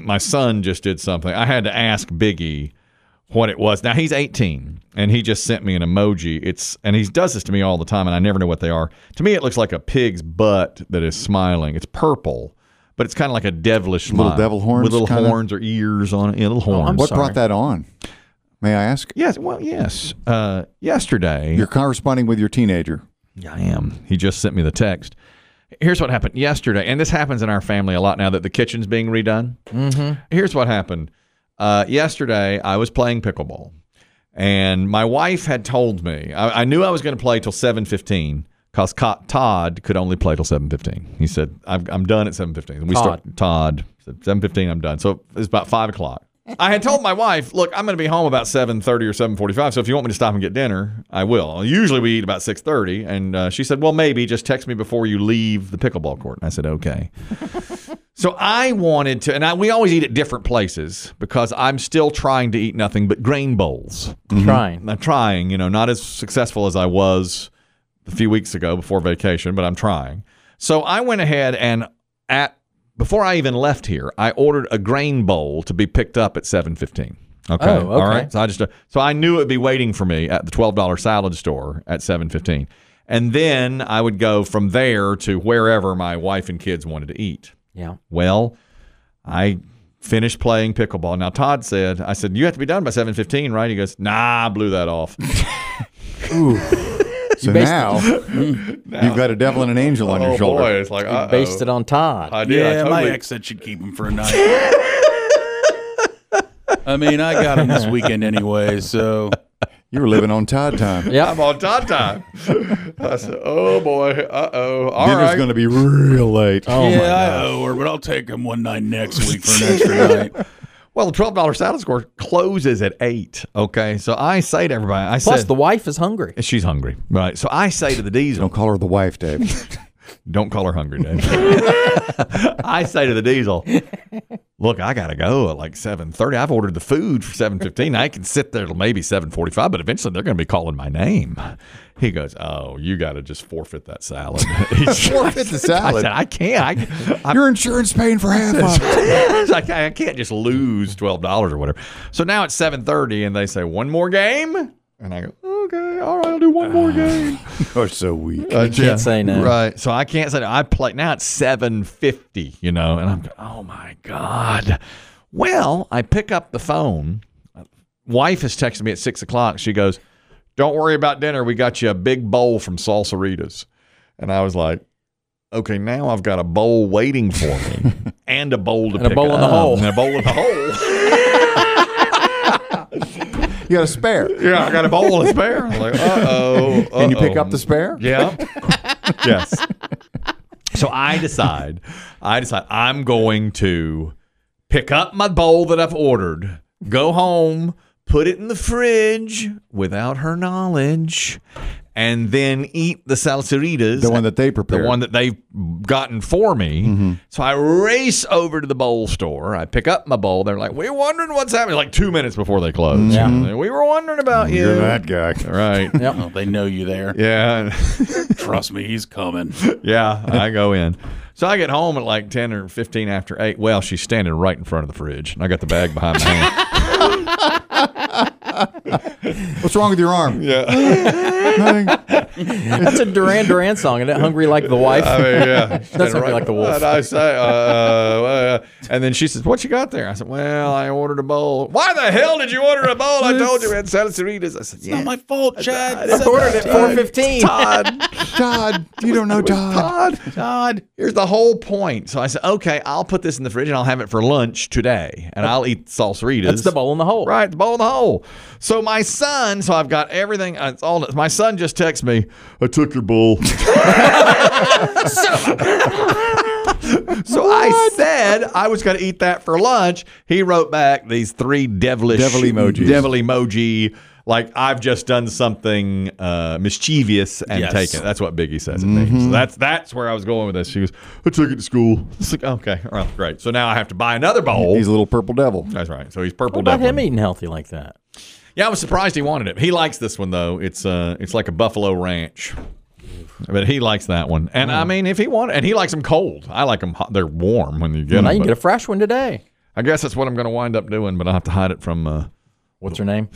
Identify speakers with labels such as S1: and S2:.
S1: my son just did something. I had to ask Biggie what it was. Now he's 18 and he just sent me an emoji. It's and he does this to me all the time and I never know what they are. To me it looks like a pig's butt that is smiling. It's purple, but it's kind of like a devilish smile.
S2: Little devil horns
S1: with little
S2: kinda?
S1: horns or ears on it. Yeah, little horns.
S2: What brought that on? May I ask?
S1: Yes, well, yes. Uh, yesterday
S2: You're corresponding with your teenager.
S1: Yeah, I am. He just sent me the text. Here's what happened yesterday, and this happens in our family a lot now that the kitchen's being redone. Mm-hmm. Here's what happened. Uh, yesterday, I was playing pickleball, and my wife had told me I, I knew I was going to play till seven fifteen because Todd could only play till seven fifteen. He said, "I'm, I'm done at seven fifteen. We
S3: Todd.
S1: start Todd said seven fifteen. I'm done. So it's about five o'clock. I had told my wife, "Look, I'm going to be home about seven thirty or seven forty-five. So if you want me to stop and get dinner, I will. Usually we eat about six thirty. And uh, she said, "Well, maybe just text me before you leave the pickleball court." And I said, "Okay." So I wanted to, and I, we always eat at different places because I'm still trying to eat nothing but grain bowls.
S3: Trying.
S1: I'm trying, you know, not as successful as I was a few weeks ago before vacation, but I'm trying. So I went ahead and at before I even left here, I ordered a grain bowl to be picked up at 7:15. Okay.
S3: Oh, okay.
S1: All right. So I just so I knew it would be waiting for me at the $12 salad store at 7:15. And then I would go from there to wherever my wife and kids wanted to eat.
S3: Yeah.
S1: Well, I finished playing pickleball. Now Todd said, I said, you have to be done by 7:15, right? He goes, "Nah, I blew that off."
S2: So now, you've got a devil and an angel on your shoulder.
S1: Oh, it's like
S3: You based it on Todd.
S1: Oh. I did.
S4: Yeah,
S1: I
S4: my
S1: totally-
S4: ex said she'd keep him for a night. I mean, I got him this weekend anyway, so
S2: You were living on Todd time.
S3: yeah.
S1: I'm on Todd time. I said, "Oh boy, uh oh, all
S2: Dinner's
S1: right."
S2: going to be real late.
S3: Oh my
S4: yeah, I owe her, but I'll take him one night next week for an extra night.
S1: well, the twelve dollar salad score closes at eight. Okay, so I say to everybody, I
S3: Plus,
S1: said,
S3: the wife is hungry.
S1: "She's hungry, right?" So I say to the diesel,
S2: Don't call her the wife, Dave.
S1: Don't call her hungry, Dave. I say to the diesel, look, I gotta go at like seven thirty. I've ordered the food for seven fifteen. I can sit there till maybe seven forty five, but eventually they're gonna be calling my name. He goes, Oh, you gotta just forfeit that salad. forfeit
S2: the salad?
S1: I said, I can't. I, I
S2: your insurance paying for half of it.
S1: it's like, I can't just lose twelve dollars or whatever. So now it's seven thirty and they say, One more game? And I go, Okay, all right, I'll do one more game.
S2: You're so weak.
S1: I
S3: can't say no.
S1: Right. So I can't say no. I play now it's seven fifty, you know, and I'm go- oh my God. Well, I pick up the phone. Wife has texted me at six o'clock. She goes, Don't worry about dinner. We got you a big bowl from Salsaritas. And I was like, Okay, now I've got a bowl waiting for me. and a bowl to
S3: And a
S1: pick
S3: bowl in the
S1: up,
S3: hole.
S1: And a bowl in the hole.
S2: You got a spare.
S1: yeah, I got a bowl and a spare. I'm like, uh oh.
S2: And you pick up the spare?
S1: Yeah. yes. So I decide, I decide I'm going to pick up my bowl that I've ordered, go home, put it in the fridge without her knowledge, and then eat the salsaritas.
S2: The one that they prepared. Mm-hmm.
S1: The one that they've gotten for me. So I race over to the bowl store. I pick up my bowl. They're like, "We're wondering what's happening." Like two minutes before they close.
S3: Yeah.
S1: we were wondering about you.
S2: Mm-hmm. You're that guy.
S1: Right.
S4: Oh, they know you there.
S1: Yeah.
S4: Trust me, he's coming.
S1: Yeah, I go in. So I get home at like 10 or 15 after 8. Well, she's standing right in front of the fridge, and I got the bag behind my hand.
S2: What's wrong with your arm?
S1: yeah.
S2: Nothing.
S3: That's a Duran Duran song, and it hungry like the wife.
S1: I mean, yeah.
S3: That's not like the wolf.
S1: And I say, uh, uh, uh, and then she says, What you got there? I said, Well, I ordered a bowl. Why the hell did you order a bowl? I told you we had salsaritas. I said, Yeah.
S4: Not my fault, Chad.
S3: I ordered at four fifteen.
S1: Todd,
S2: Todd, you don't know Todd.
S1: Todd, Todd, here's the whole point. So I said, okay, I'll put this in the fridge and I'll have it for lunch today. And I'll eat salsaritas.
S3: That's the bowl in the hole.
S1: Right, Uh, the bowl in the hole. So my son, so I've got everything. uh, It's all. My son just texts me. I took your bowl. so I said I was going to eat that for lunch. He wrote back these three devilish
S2: Devil emojis.
S1: Devil emoji. Like I've just done something uh, mischievous and
S4: Yes.
S1: taken. it. That's what Biggie says it means. So that's that's where I was going with this. She goes, I took it to school. It's like okay, all right, great. So now I have to buy another bowl.
S2: He's a little purple devil.
S1: that's right. So he's
S3: What
S1: purple.
S3: about
S1: devil.
S3: him eating healthy like that?
S1: Yeah, I was surprised he wanted it. He likes this one though. It's uh, it's like a buffalo ranch, but he likes that one.
S3: Hmm.
S1: And I mean, if he wanted, and he likes them cold. I like them hot. They're warm when you get
S3: Now
S1: them.
S3: you can
S1: but
S3: get a fresh one today.
S1: I guess that's what I'm going to wind up doing, but I will have to hide it from. Uh,
S3: What's her name?